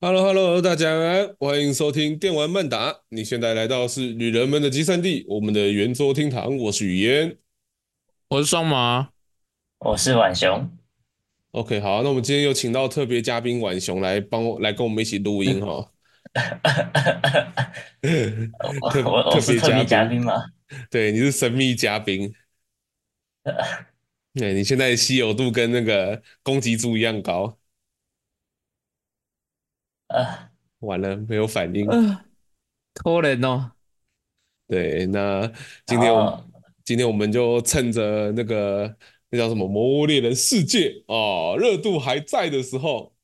h e l l o h e l l o 大家欢迎收听电玩漫达。你现在来到是旅人们的集散地，我们的圆桌厅堂。我是雨嫣。我是双马，啊哦我是婉雄， OK，好，那我们今天有请到特别嘉宾婉雄来帮我来跟我们一起录音哈、我特我我是特特别嘉别嘉宾宾嘛，对，你是神秘嘉宾。对，你现在的稀有度跟那个攻击猪一样高。呃，完了，没有反呃应。可怜哦，对，那今然天我后今天我们就趁着那个那叫什么《魔物猎人世界》哦，热度还在的时候，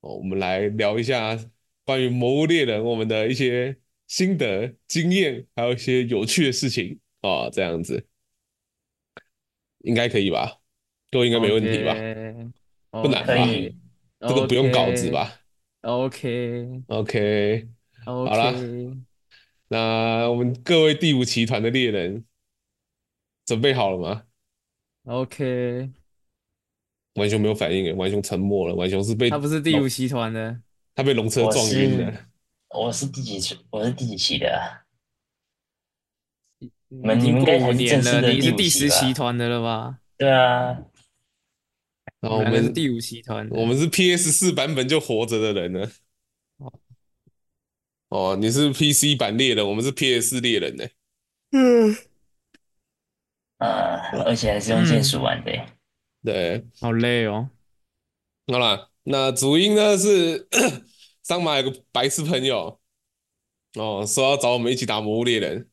哦，我们来聊一下关于《魔物猎人》我们的一些心得、经验，还有一些有趣的事情啊、哦，这样子应该可以吧？各位应应该没问题吧 OK，不难可以，这个不用稿子吧 OK，OK，OK， ？OK，好啦那我们各位第五集团的猎人准备好了吗？ OK，完雄没有反应耶，完雄沉默了，完雄是被他不是第五集团的，他被龙车我撞是晕了。我是第几期？我是第几期的啊？你们已你经们过应该五才是年正式了，的你是第五第十集吧集团的了吧？对啊，然你哦后我们两个是们第五集团的，我们是 PS 四版本就活着的人呢哦。哦，你是 PC 版猎人，我们是 PS 四猎人呢。呃，而且还是用键嗯鼠玩的耶，对，好累哦，好啦，那主音呢是 桑马有个白痴朋友哦，说要找我们一起打魔物猎人，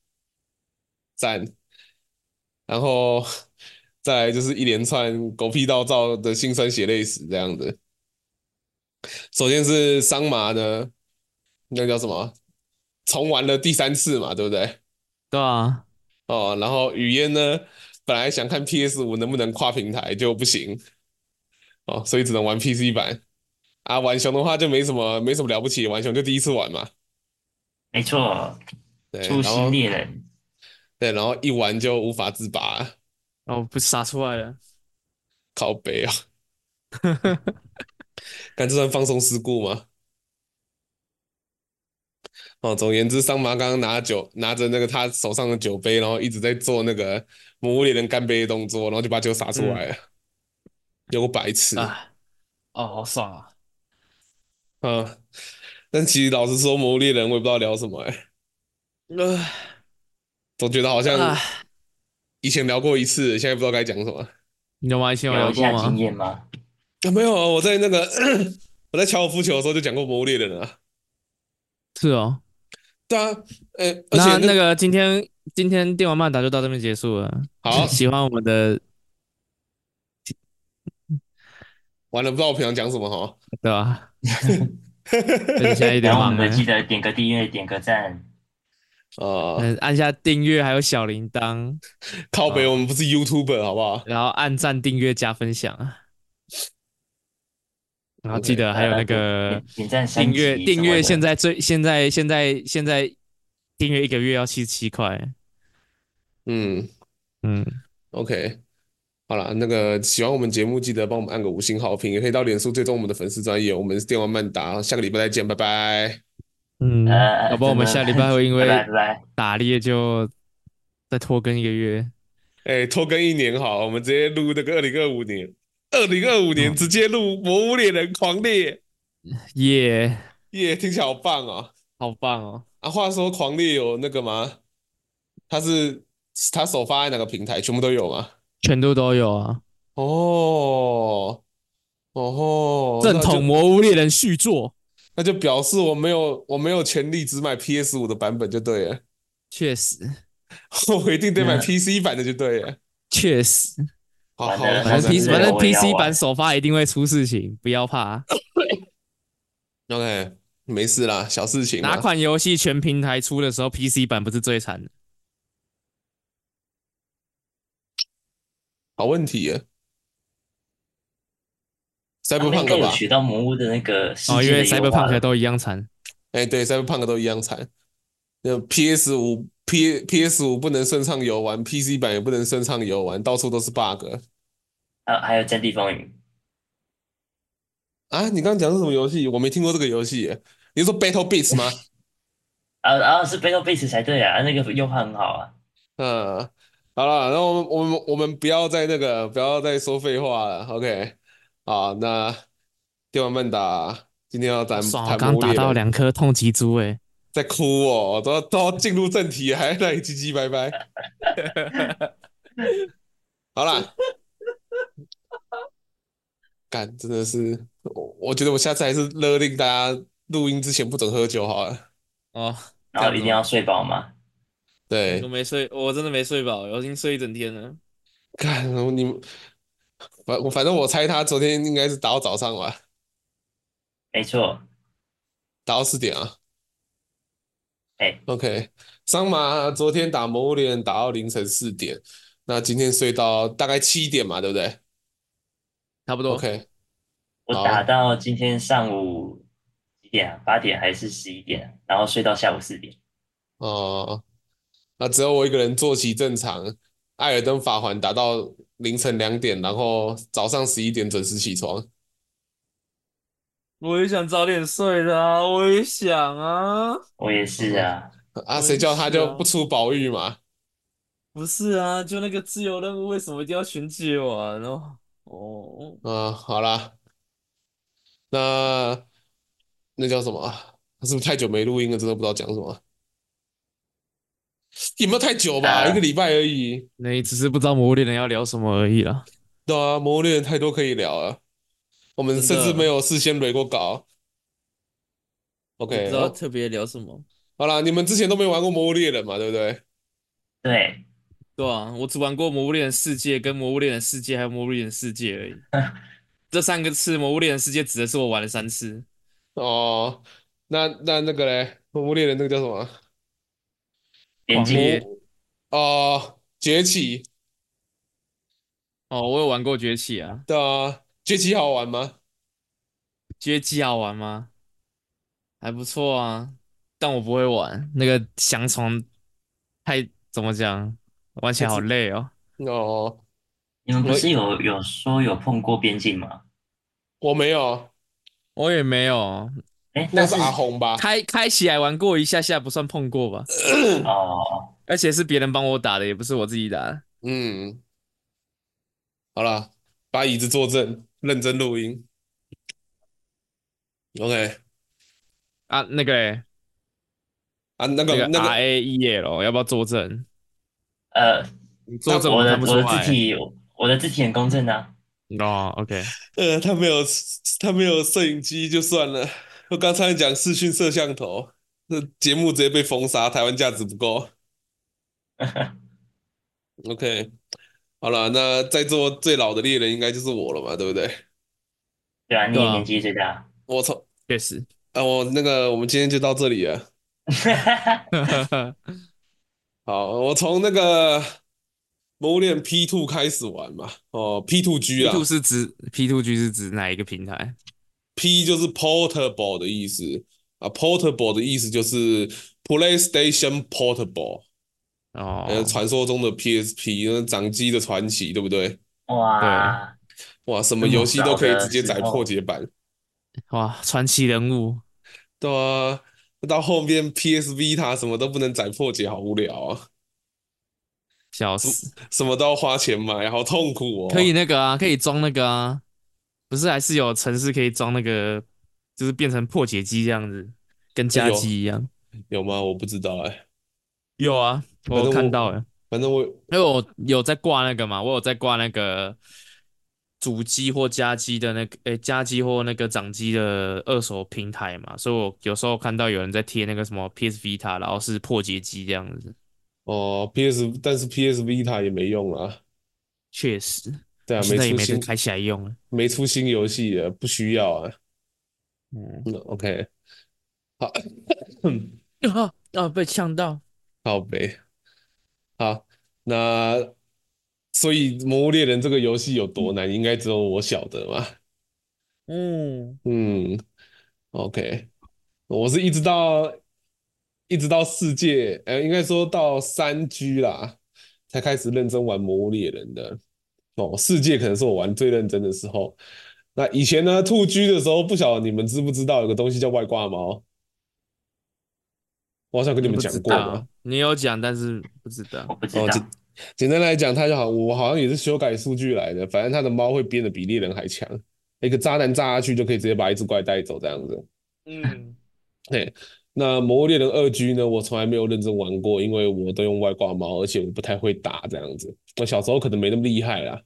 赞。然后 再来就是一连串狗屁倒灶的辛酸血泪史这样子。首先是桑麻呢，那叫什么？重玩了第三次嘛，对不对？对啊，哦，然后雨嫣呢，本来想看 PS 五能不能跨平台，就不行哦，所以只能玩 PC 版。啊，玩熊的话就没什么没什么了不起，玩熊就第一次玩嘛，没错，对，初然后心猎人，对，然后一玩就无法自拔，哦，不是杀出来了，靠北 啊，看这算放松事故吗？哦，总而言之，桑麻刚刚拿酒拿着那个他手上的酒杯，然后一直在做那个魔物猎人干杯的动作，然后就把酒洒出来了，有个白痴。嗯啊，哦，好爽啊，嗯，但其实老实说，《魔物猎人》我也不知道聊什么、欸，呃总觉得好像啊，以前聊过一次，现在不知道该讲什么。你懂吗？以前有有聊一下过经吗？验吗？啊，没有，我在那个 我在乔尔夫球的时候就讲过《魔物猎人》啊。是哦，对啊，呃、而且那那那个今天今天电玩漫打就到这边结束了，好 喜欢我们的完了，不知道我平常讲什么哈。对 吧？而且现在有点然后我忙们了，记得点个订阅，点个赞，啊、嗯，按下订阅还有小铃铛，靠北，我们不是 YouTuber 好不好？然后按赞、订阅、加分享啊，然后 OK，记得啊还有呃那个点点赞三订阅，集订什么阅的现在最现在现在现在订阅一个月要七十七块，嗯嗯， ，OK，好啦，那个喜欢我们节目，记得帮我们按个五星好评，也可以到脸书追踪我们的粉丝专业。我们是电玩曼达，下个礼拜再见，拜拜。嗯，呃搞不好我们真下的礼拜会因为拜拜拜拜打猎就再拖更一个月，哎、拖更一年好，我们直接录那个二零二五年，二零二五年直接录《魔物猎人狂猎耶、》，耶，听起来好棒哦！好棒哦！啊，话说狂猎有那个吗？它是它首发在哪个平台？全部都有吗？全都都有啊，哦，哦吼，正那统就魔物猎人续作，那就表示我没有我没有权利只买 PS 五的版本就对了，确实我一定得买嗯 PC 版的就对了。确实。好完好了了，反好的正对 P 对反正我也要 PC 玩版首发一定会出事情，不要怕。啊 OK，没事啦，小事情哪嘛。款游戏全平台出的时候，PC 版不是最惨的？好问题耶，他们应该 Cyberpunk 有吧？学到魔物的那个世哦，因界为的啊优化 Cyberpunk 了，都一样惨。哎，对，Cyberpunk 都一样惨。那 PS 五、P PS 五不能顺畅游玩，PC 版也不能顺畅啊游玩，到处都是 bug。还还有《战地风云》。啊，你刚刚讲的是什么游戏？我没听过这个游戏耶。你是说 Battle Beats 吗？啊啊，是 Battle Base 才对啊，那个优化很好啊。 嗯，好了，那我们我们我们不要再那个，不要再说废话了。OK，好，那电玩曼达今天要咱爽，我谈刚魔打猎到人，两颗痛击珠欸诶，在哭哦，都要都要进入正题，还在那里唧唧拜拜。好啦，干，真的是，我我觉得我下次还是勒令大家录音之前不准喝酒好了。哦，然后一定要睡饱嘛。对我，没睡，我真的没睡饱，我已经睡一整天了。干，你们反我反正我猜他昨天应该是打到早上吧，没错，打到四点啊。哎， OK，桑麻昨天打魔物猎人打到凌晨四点，那今天睡到大概七点嘛，对不对差不多？OK，我好打到今天上午几点啊？八点还是十一点啊？然后睡到下午四点。哦、那只有我一个人作息正常。艾尔登法环打到凌晨两点，然后早上十一点准时起床。我也想早点睡的啊，我也想啊，我也是啊，啊，我谁也叫他是就啊不出宝玉嘛？不是啊，就那个自由任务为什么一定要选解完哦？哦，啊，好啦，那那叫什么啊？是不是太久没录音了，真的不知道讲什么？啊有没有太久吧？啊哎一个礼拜而已。那你只是不知道魔物猎人要聊什么而已啦。对啊，魔物猎人太多可以聊了，我们真甚的至没有事先捋过稿。也 OK，不知道特别聊什么。好啦，你们之前都没玩过魔物猎人嘛，对不对？对，对啊，我只玩过《魔物猎人世界》、跟《魔物猎人世界》还有《魔物猎人世界》而已。这三个次，《魔物猎人世界》指的是我玩了三次。哦，那那那个嘞，魔物猎人那个叫什么？啊边狂境猎魔哦，崛起，哦，我有玩过崛起啊，对啊，崛起好玩吗？崛起好玩吗？还不错啊，但我不会玩那个翔虫太怎么讲，玩起来好累哦。哦，你们不我是有有说有碰过边境吗？我没有，我也没有哎，那那是是阿红吧？开开起来玩过一下下，不算碰过吧？哦，而且是别人帮我打的，也不是我自己打的。嗯，好啦，把椅子坐正，认真录音。OK，啊，那个欸啊，那那个个那个。 R A E L 要不要作证？呃，你作证我的看不出我的字来。体我的字体很公正啊。 哦，OK，呃，他没有他没有摄影机就算了，我刚才讲视讯摄像头，这节目直接被封杀，台湾价值不够。OK，好了，那在座最老的猎人应该就是我了嘛，对不对？对啊，你对也啊年纪最大。我操，确实。啊，我那个我们今天就到这里啊了。好，我从那个魔猎 P two 开始玩嘛，哦，P two G P 啊 two 是指 P two G 是指哪一个平台？ ，P 就是 portable 的意思啊，portable 的意思就是 PlayStation Portable。呃，哦，传说中的 PSP，那掌机的传奇，对不对？哇，哇，什么这么游戏都早可以的直接时载候破解版，哇，传奇人物，对啊。到后面 PS Vita 什么都不能载破解，好无聊啊！笑死！什么都要花钱买，好痛苦哦。可以那个啊，可以装那个啊，不是还是有城市可以装那个，就是变成破解机这样子，哎跟加机一样。有吗？我不知道哎，有啊，我反有正看我到了，反正我因为我有在挂那个嘛，我有在挂那个主机或加机的那个，诶、加机或那个掌机的二手平台嘛，所以我有时候看到有人在贴那个什么 PS Vita，然后是破解机这样子，哦，PS，但是 PS Vita 也没用啊。确实，对啊，我现没哦在也出没再新开起来用了。没出新游戏了，不需要啊。 嗯，嗯，OK，好， 啊啊，被呛到。好呗。好，那所以《魔物猎人》这个游戏有多难，应该只有我晓得嘛。嗯，嗯，OK，我是一直到一直到世界，呃，应该说到三 G 啦，才开始认真玩《魔物猎人》的。哦，世界可能是我玩最认真的时候。那以前呢，兔居的时候，不晓得你们知不知道有个东西叫外挂猫？我好像跟你们不讲知过嘛。道，你有讲，但是不知道。我不知哦，道，简简单来讲，它就好，我好像也是修改数据来的，反正它的猫会变得比猎人还强，一个炸弹炸下去就可以直接把一只怪带走这样子。嗯，嘿，那《魔物猎人二 G》呢，我从来没有认真玩过，因为我都用外挂猫，而且我不太会打这样子。我小时候可能没那么厉害啦，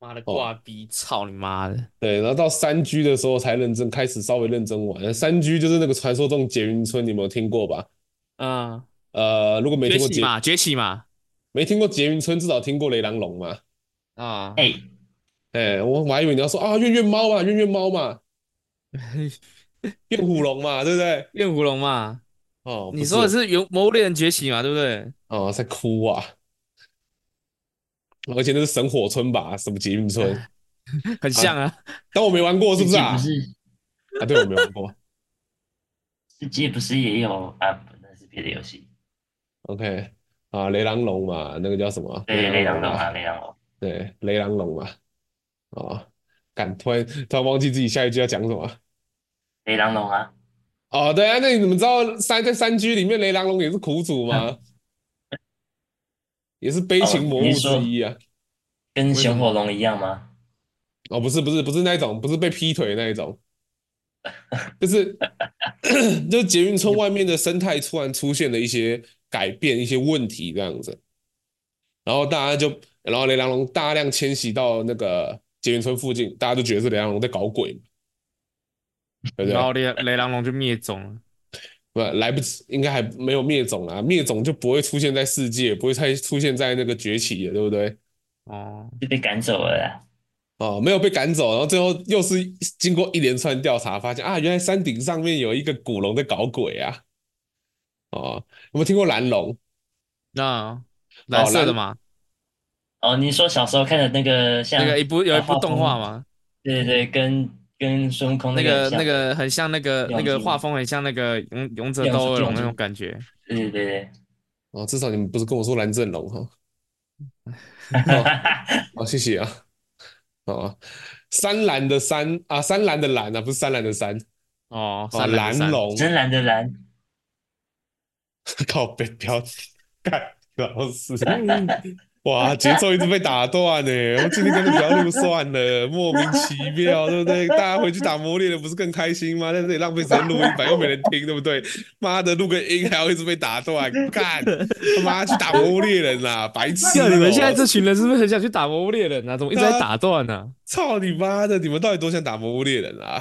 妈哦的挂逼，操你妈的！对，然后到三 G 的时候才认真开始稍微认真玩。三 G 就是那个传说中捷云村，你们有听过吧？嗯，呃，如果没崛听过起捷嘛，崛起嘛，没听过捷云村，至少听过雷狼龙嘛。啊，哎、哎，我我还以为你要说啊，怨怨猫嘛，怨怨猫 嘛，怨虎龙嘛，对不对？怨狐龙嘛，哦，不你说的是原《魔物猎人崛起》嘛，对不对？哦，在哭啊，而且那是神火村吧，什么捷运村？很像啊，但我没玩过，是世不是界啊不？是啊，对，我没玩过。世界不是也有啊？那是别的游戏， OK，啊，雷狼龙嘛，那个叫什么？对，雷狼龙嘛，啊，雷狼龙，对，雷狼龙嘛。哦，干，突然突然忘记自己下一句要讲什么。雷狼龙啊，哦，对啊，那你怎么知道三在三居里面雷狼龙也是苦主 吗？也是悲情哦魔物之一啊。跟什么熊火龙一样吗？哦，不是不是不是那一种，不是被劈腿那一种，就是 就是捷运村外面的生态突然出现了一些改变、一些问题这样子，然后大家就，然后雷狼龙大量迁徙到那个捷运村附近，大家就觉得是雷狼龙在搞鬼嘛，对不对然？后雷雷狼龙就灭种了。不，来不及，应该还没有灭种啦，灭种就不会出现在世界，不会再出现在那个崛起了，对不对？哦，就被赶走了啊啦。哦，没有被赶走，然后最后又是经过一连串调查，发现啊，原来山顶上面有一个古龙在搞鬼啊！哦，有没有听过蓝龙？哦那蓝色的嘛，哦，你说小时候看的那个像那个一部有一部动画嘛，对对，跟跟孙悟空那个个很像那个很像那个亮那个晶画风很像那个勇勇者斗恶龙那种感觉。对对对哦，至少你们不是跟我说蓝正龙哈、对，哈，哦。谢谢啊。哦，山蓝的山啊，山蓝的蓝啊，不是山蓝的山哦，哦，三蓝蓝的三，龙，深蓝的蓝，靠北标干老师，哇，节奏一直被打断呢。我今天根本不要录算了，莫名其妙，对不对？大家回去打磨练了，不是更开心吗？在这里浪费时间录音版，又没人听，对不对？妈的，录个音还要一直被打断，干他妈去打魔物猎人啦，白痴干哦！你们现在这群人是不是很想去打魔物猎人啊？怎么一直在打断啊呢、操你妈的，你们到底多想打魔物猎人啊？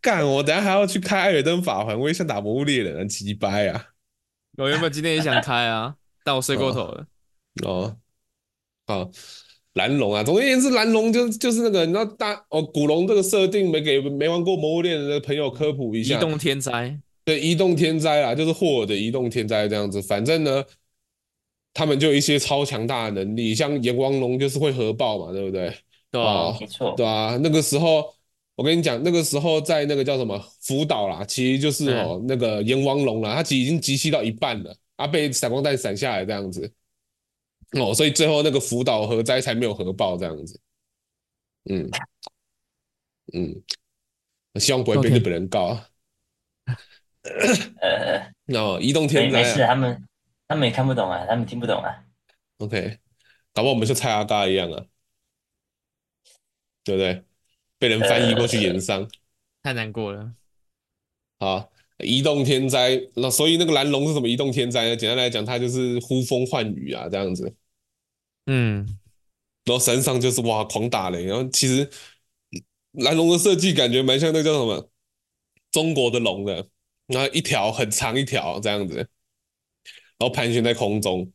干，我等下还要去开艾尔登法环，我也想打魔物猎人啊，鸡掰啊！我原本今天也想开啊，但我睡过头了。哦，啊，蓝龙啊，总而言之，蓝龙就就是那个，你知道大哦，古龙这个设定没给没玩过《魔物猎人》的朋友科普一移下，动天灾，对，移动天灾啦，就是霍尔的移动天灾这样子。反正呢，他们就有一些超强大的能力，像炎王龙就是会核爆嘛，对不对？对哦吧？没错，对啊，那个时候我跟你讲，那个时候在那个叫什么福岛啦，其实就是嗯哦、那个阎王龙啦，它其实已经集齐到一半了，啊被闪光弹闪下来这样子，哦，所以最后那个福岛核灾才没有核爆这样子，嗯嗯，希望不会被 OK 日本人告啊。呃，哦，移动没天没灾事，啊他们他们也看不懂啊，他们听不懂啊， ，OK，搞不好我们像蔡阿嘎一样啊，对不对？被人翻译过呃去演商。太难过了。啊，移动天灾，那所以那个蓝龙是什么移动天灾呢？简单来讲，它就是呼风唤雨啊，这样子。嗯，然后山上就是哇狂打雷，然后其实蓝龙的设计感觉蛮像那个叫什么中国的龙的，然后一条很长一条这样子，然后盘旋在空中。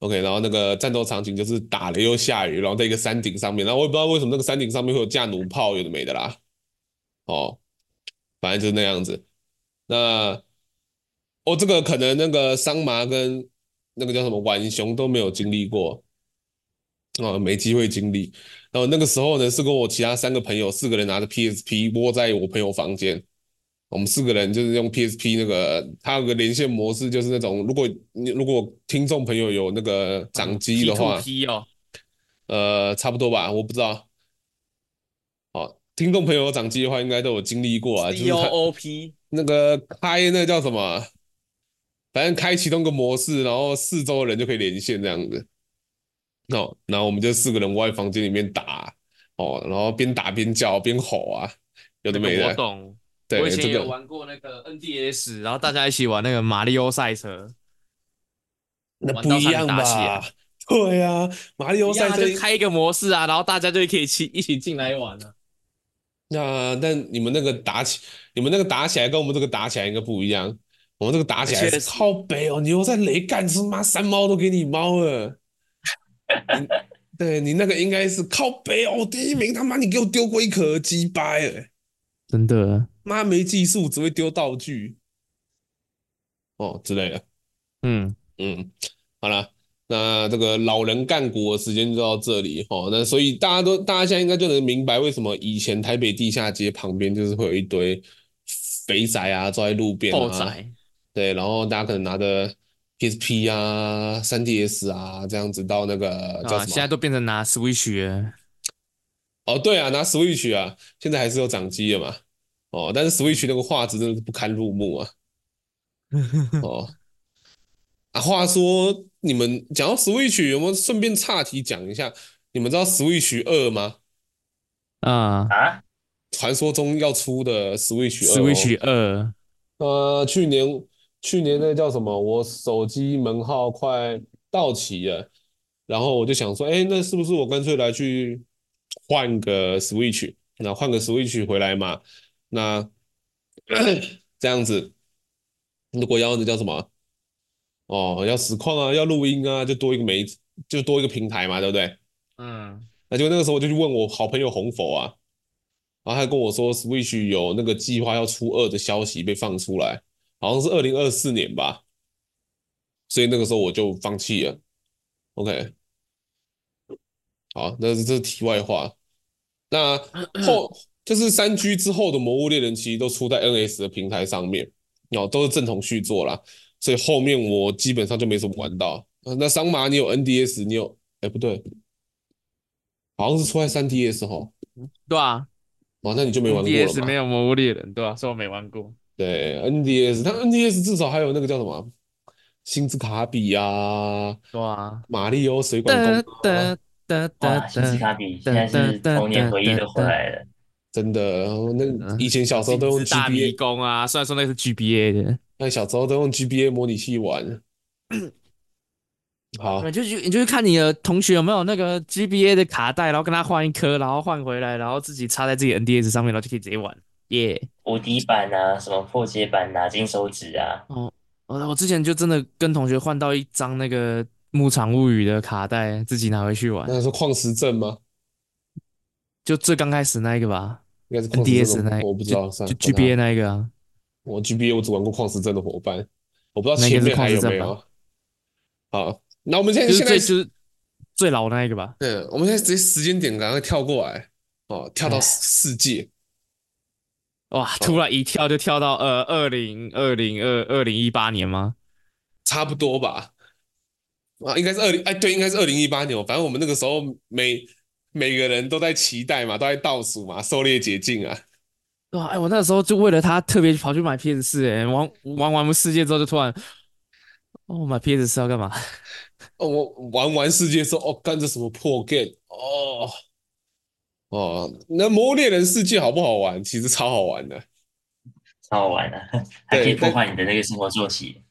OK，然后那个战斗场景就是打雷又下雨，然后在一个山顶上面，然后我也不知道为什么那个山顶上面会有架弩炮，有的没的啦。哦，反正就是那样子。那哦，这个可能那个桑麻跟那个叫什么浣熊都没有经历过。哦，没机会经历。然后那个时候呢，是跟我其他三个朋友，四个人拿着 PSP 窝在我朋友房间。我们四个人就是用 PSP 那个，它有个连线模式，就是那种如果你如果听众朋友有那个掌机的话， P 哦，呃，差不多吧，我不知道。听众朋友有掌机的话，应该都有经历过啊，就是 C O 它 O P 那个开那叫什么，啊反正开启动个模式，然后四周的人就可以连线这样子。哦，然后我们就四个人窝在房间里面打，哦，然后边打边叫边吼啊，有的这个没我的。懂，对，我以前这也有个玩过那个 NDS，然后大家一起玩那个马里奥赛车，那玩不到一他们样打起吧？对呀、啊，马里奥一赛样啊车就开一个模式啊，然后大家就可以一起一起进来玩啊了。那但你们那个打起，你们那个打起来跟我们这个打起来应该不一样。我们这个打起来确是实靠北哦，你又在雷干，是妈三猫都给你猫了。 你对你那个应该是靠北哦，第一名他妈你给我丢过一壳鸡掰哎，真的，妈没技术只会丢道具哦之类的。嗯，嗯，好了，那这个老人干股的时间就到这里哦。那所以大家都，大家现在应该就能明白为什么以前台北地下街旁边就是会有一堆肥宅啊，坐在路边后啊，宅，对，然后大家可能拿着 PSP 啊、3DS 啊这样子到那个叫啊，什现在么？都变成拿 Switch 了。哦，对啊，拿 Switch 啊，现在还是有掌机的嘛。哦，但是 Switch 那个画质真的是不堪入目啊。哦，啊，话说你们讲到 Switch，有没有顺便岔题讲一下？你们知道 Switch 二吗？啊啊，传说中要出的 Switch 二，Switch 二，哦。呃，去年去年那叫什么？我手机门号快到期了，然后我就想说，哎，那是不是我干脆来去换个 Switch？那换个 Switch 回来嘛？那这样子，如果要那叫什么？哦，要实况啊，要录音啊，就多一个媒，就多一个平台嘛，对不对？嗯，那就那个时候我就去问我好朋友红佛啊，然后他跟我说 Switch 有那个计划要出二的消息被放出来，好像是二零二四年吧，所以那个时候我就放弃了。OK，好，那是这是题外话。那后就是三 G 之后的《魔物猎人》其实都出在 NS 的平台上面，哦，都是正统续作啦，所以后面我基本上就没怎么玩到。呃那桑麻你有 NDS，你有？哎，不对，好像是出在 3DS 吼，对啊哇，那你就没玩过了，DS 嘛？没有魔物猎人，对啊，所以我没玩过。对，NDS，它 NDS 至少还有那个叫什么星之卡比啊，对啊，马里奥水管哒工啊，哒哒哇，哒星之哒，卡比现在是童年回忆都回来了，真的，然后那以前小时候都用嗯金之大迷 GBA，宫啊，虽然说那个是 GBA 的，那小时候都用 GBA 模拟器 玩。好，你就去你就去看你的同学有没有那个 GBA 的卡带，然后跟他换一颗，然后换回来，然后自己插在自己 NDS 上面，然后就可以直接玩。耶、无敌版啊，什么破解版啊，金手指啊，哦我我之前就真的跟同学换到一张那个《牧场物语》的卡带，自己拿回去玩，那是矿石镇吗？就最刚开始那一个吧应该是矿石，NDS 镇那的，一我不知就道，算就了，管它 GBA 那一个啊，我 GBA 我只玩过矿石镇的伙伴，我不知道那应该前是面矿还石有镇没吧有。好，那我们现在就是哎现在最就是最老那一个吧。嗯，我们现在直接时间点赶快跳过来哦，跳到哎世界。哇，突然一跳就跳到呃二零二零二二零一八年吗？差不多吧，啊，应该是二零，哎，对，应该是二零一八年哦。反正我们那个时候每每个人都在期待嘛，都在倒数嘛，狩猎解禁啊。对啊，哎，我那时候就为了他特别跑去买 PS 四，哎，玩玩完世界之后就突然，哦，买 PS 四要干嘛？哦，我玩完世界说，哦，干这什么破 game，哦哦，那魔物猎人世界好不好玩？其实超好玩的，超好玩的、啊， 还可以对但破坏你的那个生活作息。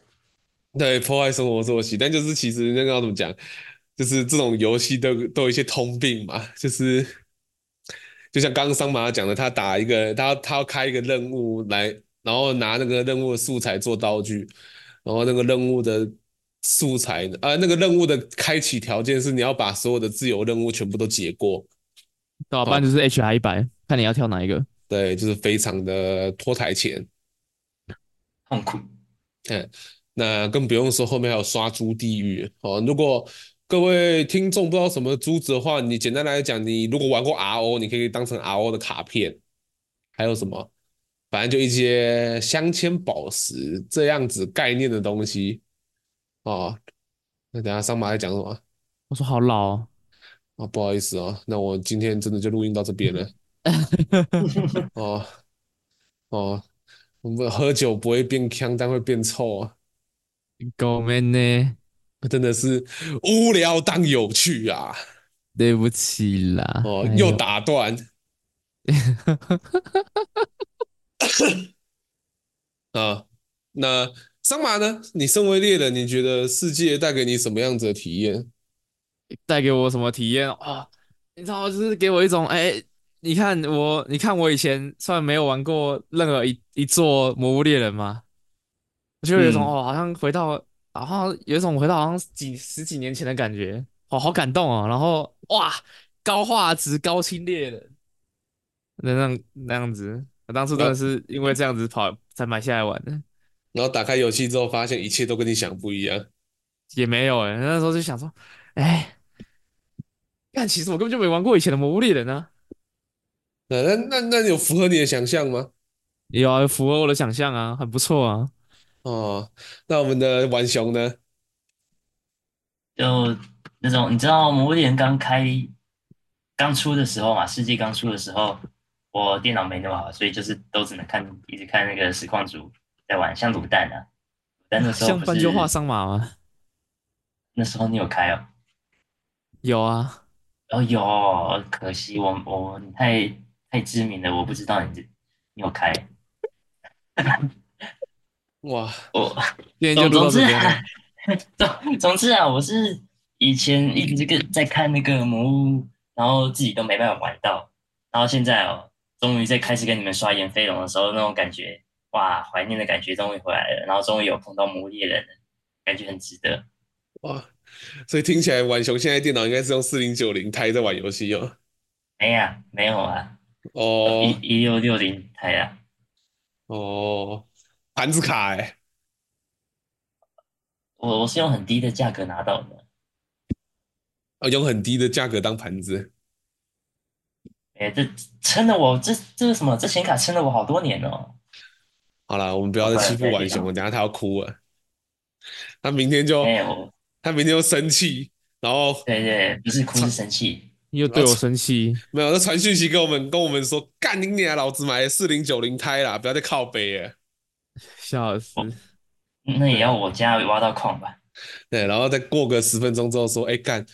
对，破坏生活作息。但就是其实那个要怎么讲，就是这种游戏都都有一些通病嘛，就是就像刚刚桑马讲的，他打一个他他要开一个任务来，然后拿那个任务的素材做道具，然后那个任务的素材啊、呃那个任务的开启条件是你要把所有的自由任务全部都解过，对啊，不然就是 HR 一百，看你要跳哪一个。对，就是非常的拖台前。痛苦，嗯，那更不用说后面还有刷猪地狱哦。如果各位听众不知道什么珠子的话，你简单来讲，你如果玩过 RO，你可以当成 RO 的卡片，还有什么，反正就一些镶嵌宝石这样子概念的东西哦。那等一下桑马在讲什么啊、我说好老哦，哦？不好意思哦，那我今天真的就录音到这边了。哦哦，我们喝酒不会变呛，但会变臭啊！狗们呢？真的是无聊当有趣啊！对不起啦，哦，哎又呦打断，啊，那桑麻呢？你身为猎人，你觉得世界带给你什么样子的体验？带给我什么体验啊、你知道，就是给我一种哎、你看我，你看我以前虽然没有玩过任何一一座魔物猎人嘛，我就有一种、嗯哦，好像回到，好像有一种回到好像几十几年前的感觉，哦，好感动哦。然后哇，高画质、高清猎人，那那那样子，我当初真的是因为这样子跑才买下来玩的。然后打开游戏之后，发现一切都跟你想不一样。也没有哎、那时候就想说，哎，但其实我根本就没玩过以前的《魔物猎人》啊。那那那那有符合你的想象吗？有啊，符合我的想象啊，很不错啊。哦，那我们的浣熊呢？就那种你知道《魔物猎人》刚开刚出的时候嘛，世纪刚出的时候，我电脑没那么好，所以就是都只能看一直看那个实况组在玩，像卤蛋啊，卤蛋那时候像不斑是鸠画桑麻吗？那时候你有开哦。有啊，哦，有，可惜我我你太太知名了，我不知道你这你有开。哇，我今天就总录总到这之边了。啊，总总之啊，我 是以前一直跟在看那个魔物，然后自己都没办法玩到，然后现在哦，终于在开始跟你们刷炎飞龙的时候，那种感觉，哇，怀念的感觉终于回来了，然后终于有碰到魔物猎人了，感觉很值得。哇，所以听起来浣熊现在电脑应该是用四零九零台在玩游戏哦。哎呀，没有啊，一哦一六六零台啊，哦，盘子卡哎、我我是用很低的价格拿到的，哦，用很低的价格当盘子。哎，这撑了我这这是什么？这显卡撑了我好多年哦。好啦，我们不要再欺负浣熊了，等一下他要哭了。他明天就哎，我他明天就生气，然后对对，不是哭是生气。你又对我生气，没有，他传讯息给我们，跟我们说干你娘，老子买四零九零胎啦，不要再靠北了。笑死！嗯那也要我家挖到矿吧？对，然后再过个十分钟之后说，哎干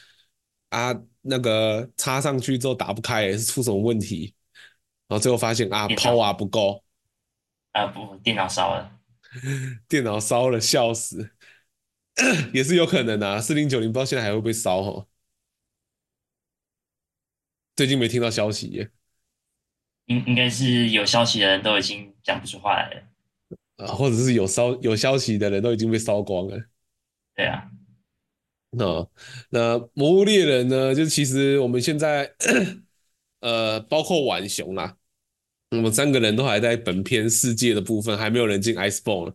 啊，那个插上去之后打不开、是出什么问题？然后最后发现啊电脑，power 不够，啊，不，电脑烧了。电脑烧了，笑死， 也是有可能啊。四零九零不知道现在还会不会烧哦，最近没听到消息耶。应应该是有消息的人都已经讲不出话来了。啊，或者是有烧有消息的人都已经被烧光了。对啊，嗯那哦那魔物猎人呢？就其实我们现在，呃，包括浣熊啦，我们三个人都还在本片世界的部分，还没有人进 Iceborne。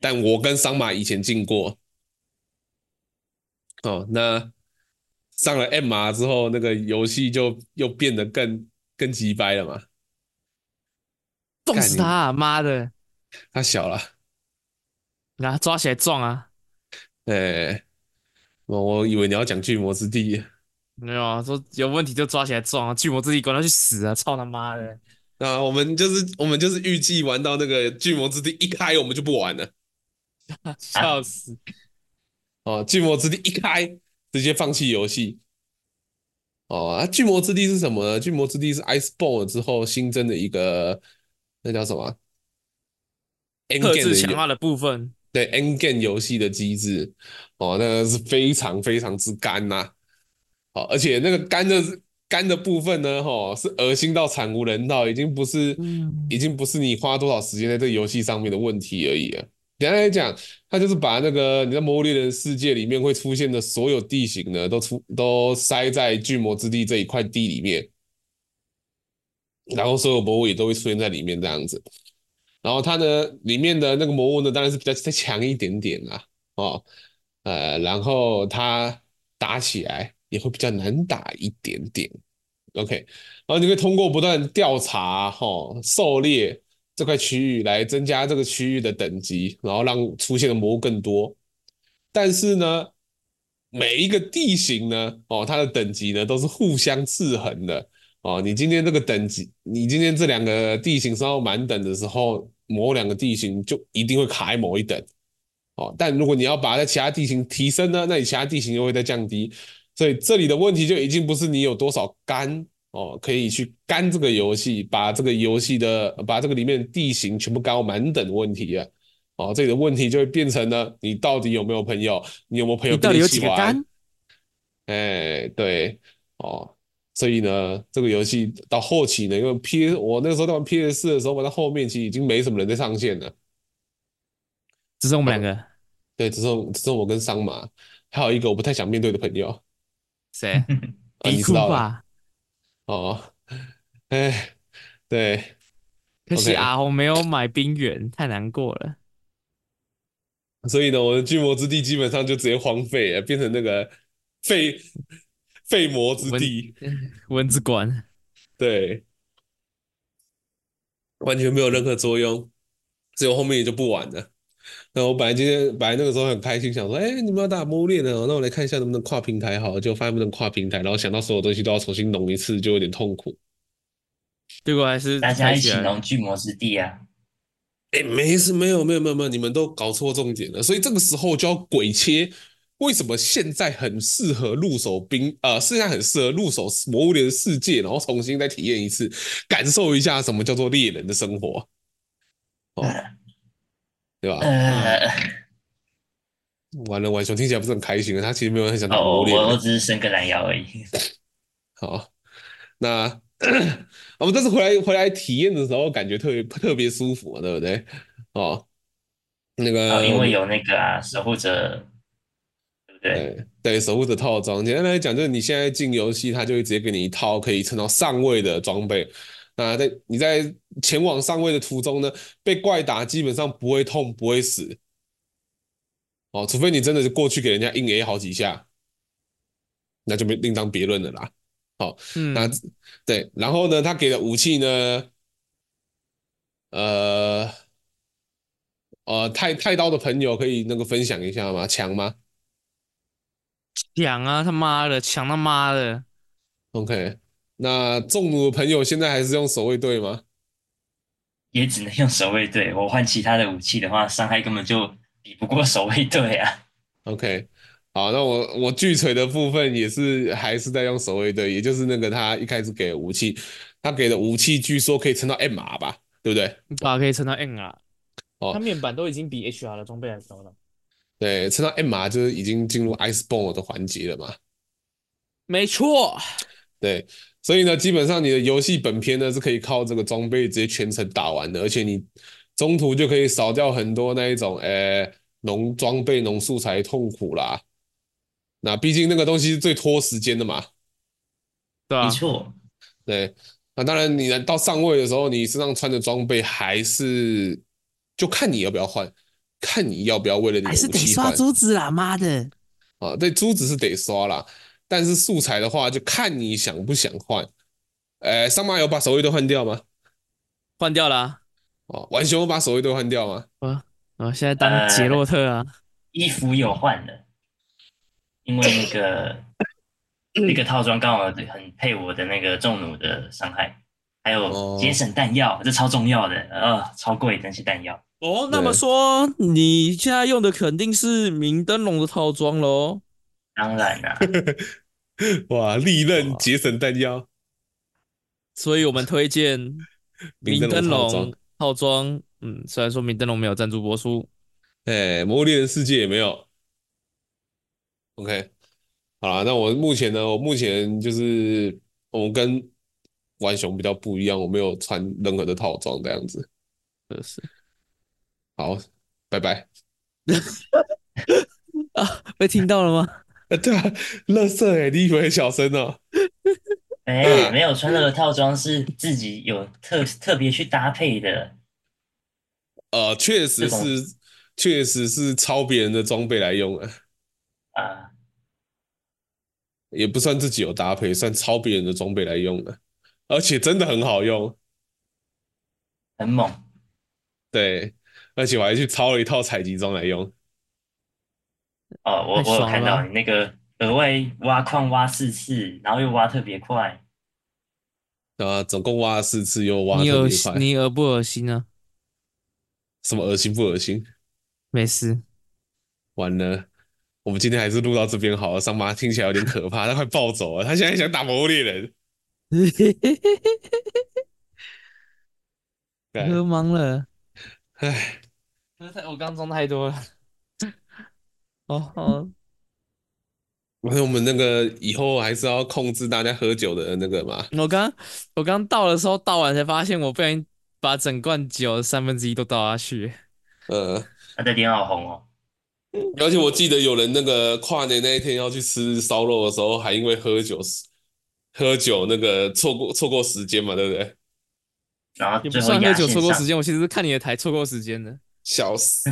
但我跟桑马以前进过。哦，那上了 M R 之后，那个游戏就又变得更更鸡掰了嘛。冻死他、啊！妈的，它小了，拿他抓起来撞啊！哎、我我以为你要讲巨魔之地。没有啊，说有问题就抓起来撞啊！巨魔自己管他去死啊！操他妈的！啊，我们就是我们就是预计玩到那个巨魔之地一开，我们就不玩了。笑啊死！哦，巨魔之地一开，直接放弃游戏。哦，啊，巨魔之地是什么呢？巨魔之地是 Iceborne 之后新增的一个，那叫什么啊？End 特 game 制的强游化的部分，对 End game 游戏的机制。哦，那个是非常非常之干呐、哦，而且那个干的干的部分呢，吼、是恶心到惨无人道，已经不是嗯已经不是你花多少时间在这个游戏上面的问题而已了。简单来讲，它就是把那个你在《魔物猎人》世界里面会出现的所有地形呢，都出都塞在巨魔之地这一块地里面，然后所有魔物也都会出现在里面这样子。然后它呢，里面的那个魔物呢，当然是比较再强一点点啦，哦，呃，然后它打起来也会比较难打一点点，OK，然后你可以通过不断调查、吼狩猎这块区域来增加这个区域的等级，然后让出现的魔物更多。但是呢，每一个地形呢，哦，它的等级呢都是互相制衡的。哦，你今天这个等级，你今天这两个地形上到满等的时候，某两个地形就一定会卡在某一等。哦，但如果你要把它在其他地形提升呢，那你其他地形又会再降低。所以这里的问题就已经不是你有多少肝哦，可以去肝这个游戏，把这个游戏的把这个里面的地形全部干到满等的问题了。哦，这里的问题就会变成了你到底有没有朋友，你有没有朋友你到跟你底有一几起个玩？肝？哎，对，哦，所以呢，这个游戏到后期呢，因为 P 我那个时候在玩 PS 4的时候，玩到后面其实已经没什么人在上线了，只剩我们两个，对，只剩只剩我跟桑麻，还有一个我不太想面对的朋友 谁？啊，迪你知库道了吧？哦，哎，对，可惜 OK 阿红没有买冰原，太难过了。所以呢，我的巨魔之地基本上就直接荒废了，变成那个废废魔之蚊地，蚊子馆，对，完全没有任何作用，所以我后面也就不玩了。那我本来今天本来那个时候很开心，想说，哎、你们要打魔物猎人哦，那我来看一下能不能跨平台好了，就发现不能跨平台，然后想到所有东西都要重新弄一次，就有点痛苦。结果还是大家开一起起来了弄巨魔之地啊！哎、没事，没有没有没有没有，你们都搞错重点了，所以这个时候就要鬼切。为什么现在很适合入手冰？呃，现在很适合入手魔物猎人世界，然后重新再体验一次，感受一下什么叫做猎人的生活，哦，对啊吧？嗯呃，完了，浣熊听起来不是很开心啊，他其实没有很想打哦，魔猎。啊我我只是伸个懒腰而已。好，那 我们这次回来回来体验的时候，感觉特别特别舒服，啊对不对？哦，那呃哦，个因我为们有那个啊，守护者，对不对？对对守护者套装，简单来讲就是你现在进游戏，它就会直接给你一套可以撑到上位的装备。那在你在前往上位的途中呢，被怪打基本上不会痛，不会死。哦，除非你真的是过去给人家硬 A 好几下，那就没另当别论了啦。那嗯，对，然后呢，他给的武器呢，呃呃，太太刀的朋友可以那个分享一下吗？强吗抢啊他妈的，抢他妈的！ ？OK，那重弩的朋友现在还是用守卫队吗？也只能用守卫队。我换其他的武器的话，伤害根本就比不过守卫队啊。 OK，好，那我我巨锤的部分也是还是在用守卫队，也就是那个他一开始给的武器，他给的武器据说可以撑到 MR 吧，对不对？你把可以撑到 NR，哦它面板都已经比 HR 的装备还高了。对，撑到 MR 就是已经进入 Iceborne 的环节了嘛。没错，对，所以呢，基本上你的游戏本篇呢是可以靠这个装备直接全程打完的，而且你中途就可以少掉很多那一种，呃，农装备、农素材痛苦啦。那毕竟那个东西是最拖时间的嘛。对没啊，错，对，那当然，你到上位的时候，你身上穿的装备还是就看你要不要换，看你要不要为了你的武器换。子啦，妈的！啊，对，珠子是得刷啦，但是素材的话就看你想不想换。呃，上马有把守卫队换掉吗？换掉了啊，哦，浣熊有把守卫队换掉吗？我哦现在当杰洛特啊，衣服有换的，因为那个嗯那个套装刚好很配我的那个重弩的伤害，还有哦节省弹药，这超重要的，呃，超贵那些弹药。哦，那么说你现在用的肯定是明灯笼的套装喽？当 然啦、 哇，利刃节省弹药，所以我们推荐明 明灯灯笼套笼套装。嗯，虽然说明灯笼没有赞助播出，哎，魔物猎人世界也没有。OK，好啦，那我目前呢，我目前就是我跟浣熊比较不一样，我没有穿任何的套装这样子。这是好，拜拜。啊，被听到了吗？呃，对啊，乐色哎，你以为小声哦？哎、嗯没有穿那个套装是自己有特特别去搭配的，呃，确实这种是，确实是抄别人的装备来用啊，啊，也不算自己有搭配，算抄别人的装备来用的，而且真的很好用。很猛。对，而且我还去抄了一套采集装来用。哦，我太我有爽看了到你那个额外挖矿挖四次，然后又挖特别快，啊，总共挖了四次，又挖你特恶别心快，你恶不恶心啊？什么恶心不恶心？没 事，完了，我们今天还是录到这边好了。桑麻听起来有点可怕，他快暴走了，他现在想打魔物猎人。对喝懵了，唉，喝太我刚装太多了。 哦哦，反正我们那个以后还是要控制大家喝酒的那个嘛。我刚我刚倒的时候倒完才发现，我不小心把整罐酒的三分之一都倒下去。呃，他这天好红哦，而且我记得有人那个跨年那一天要去吃烧肉的时候，还因为喝酒喝酒那个错过错过时间嘛，对不对？然后也不最后算喝压酒线错过上时，间，我其实是看你的台错过时间的。笑死！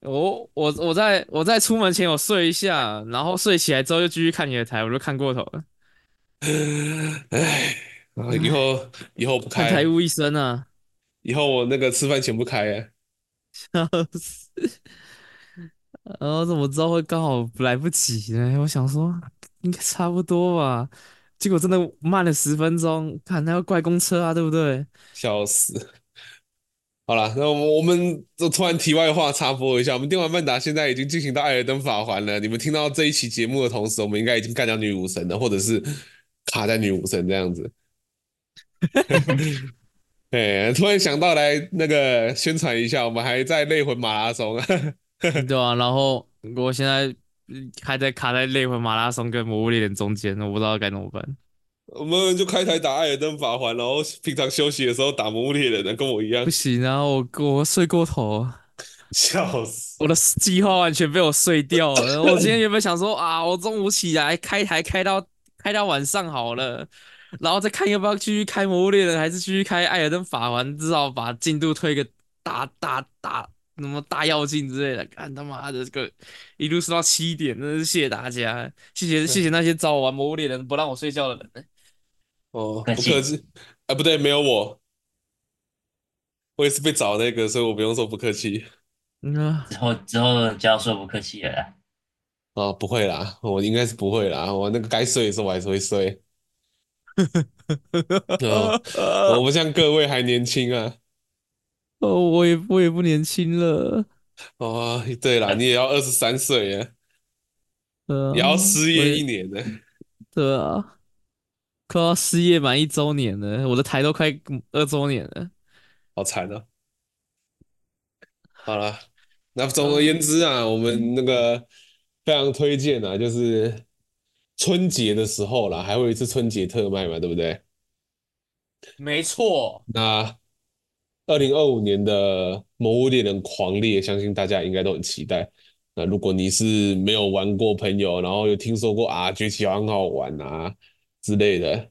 我我我在我在出门前我睡一下，然后睡起来之后就继续看你的台，我就看过头了，唉，啊以后以后不看开台，无一生啊，以后我那个吃饭前不开啊。笑死！然后怎么知道会刚好来不及呢？我想说应该差不多吧，结果真的慢了十分钟，看那要怪公车啊，对不对？笑死！好了，那我们我们这突然题外话插播一下，我们电玩曼达现在已经进行到艾尔登法环了。你们听到这一期节目的同时，我们应该已经干掉女武神了，或者是卡在女武神这样 子。哎，突然想到来那个宣传一下，我们还在内魂马拉松。 对啊，然后我现在嗯还在卡在累回马拉松跟魔物猎人中间，我不知道该怎么办。我们就开台打艾尔登法环，然后平常休息的时候打魔物猎人，跟我一样不。行啊，我我睡过头， 啊笑死！我的计划完全被我睡掉了。我今天原本想说啊，我中午起来开台开到开到晚上好了，然后再看要不要继续开魔物猎人，还是继续开艾尔登法环，至少把进度推个大大大什么大跃进之类的。看他妈的这个一路睡到七点，真是谢谢大家，谢谢谢谢那些找我玩魔物猎人不让我睡 觉的人。哦，客不气客气，哎，不对，没有我，我也是被找那个，所以我不用说不客气嗯啊，之后之后就要说不客气了啦。哦，不会啦，我应该是不会啦，我那个该睡的时候我还是会 睡。哦，我不像各位还年轻啊。哦，我也我也不年轻了，哦，对啦，你也要二十三岁啊，呃，也要失我业也一年呢。对啊，快要失业满一周年了，我的台都快二周年了。好惨啊！好了，那总而言之啊，我们那个非常推荐啊，就是春节的时候啦，还会有一次春节特卖嘛，对不对？没错，那二零二五年的《魔物猎人狂猎》，相信大家应该都很期待。那如果你是没有玩过朋友，然后有听说过啊，崛起好像很好玩啊之类的，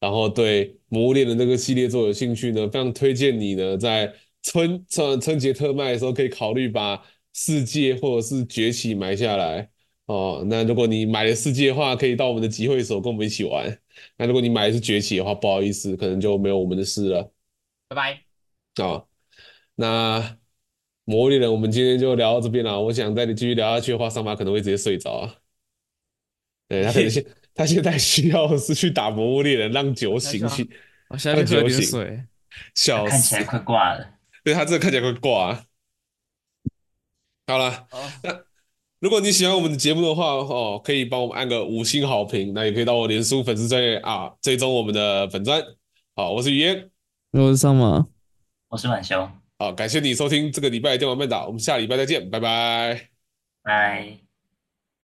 然后对《魔物猎人》这个系列作有兴趣呢，非常推荐你呢，在春春春节特卖的时候，可以考虑把《世界》或者是《崛起》买下来哦。那如果你买了《世界》的话，可以到我们的集会所跟我们一起玩。那如果你买的是崛起的话，不好意思，可能就没有我们的事了拜拜。啊、那魔物猎人，我们今天就聊到这边了。我想再继续聊下去的话，桑马可能会直接睡着啊。对，他可能现 他现在需要的是去打魔物猎人，让酒醒去，我现在去喝喝酒点醒水。笑看起死来！快挂了，对他这个看起来会挂啊。好了，如果你喜欢我们的节目的话，哦，可以帮我们按个五星好评，那也可以到我脸书粉丝专页啊，追踪我们的粉专。好，我是于嫣。我是上马，我是晚修，好，感谢你收听这个礼拜的电玩漫打，我们下礼拜再见，拜拜。拜。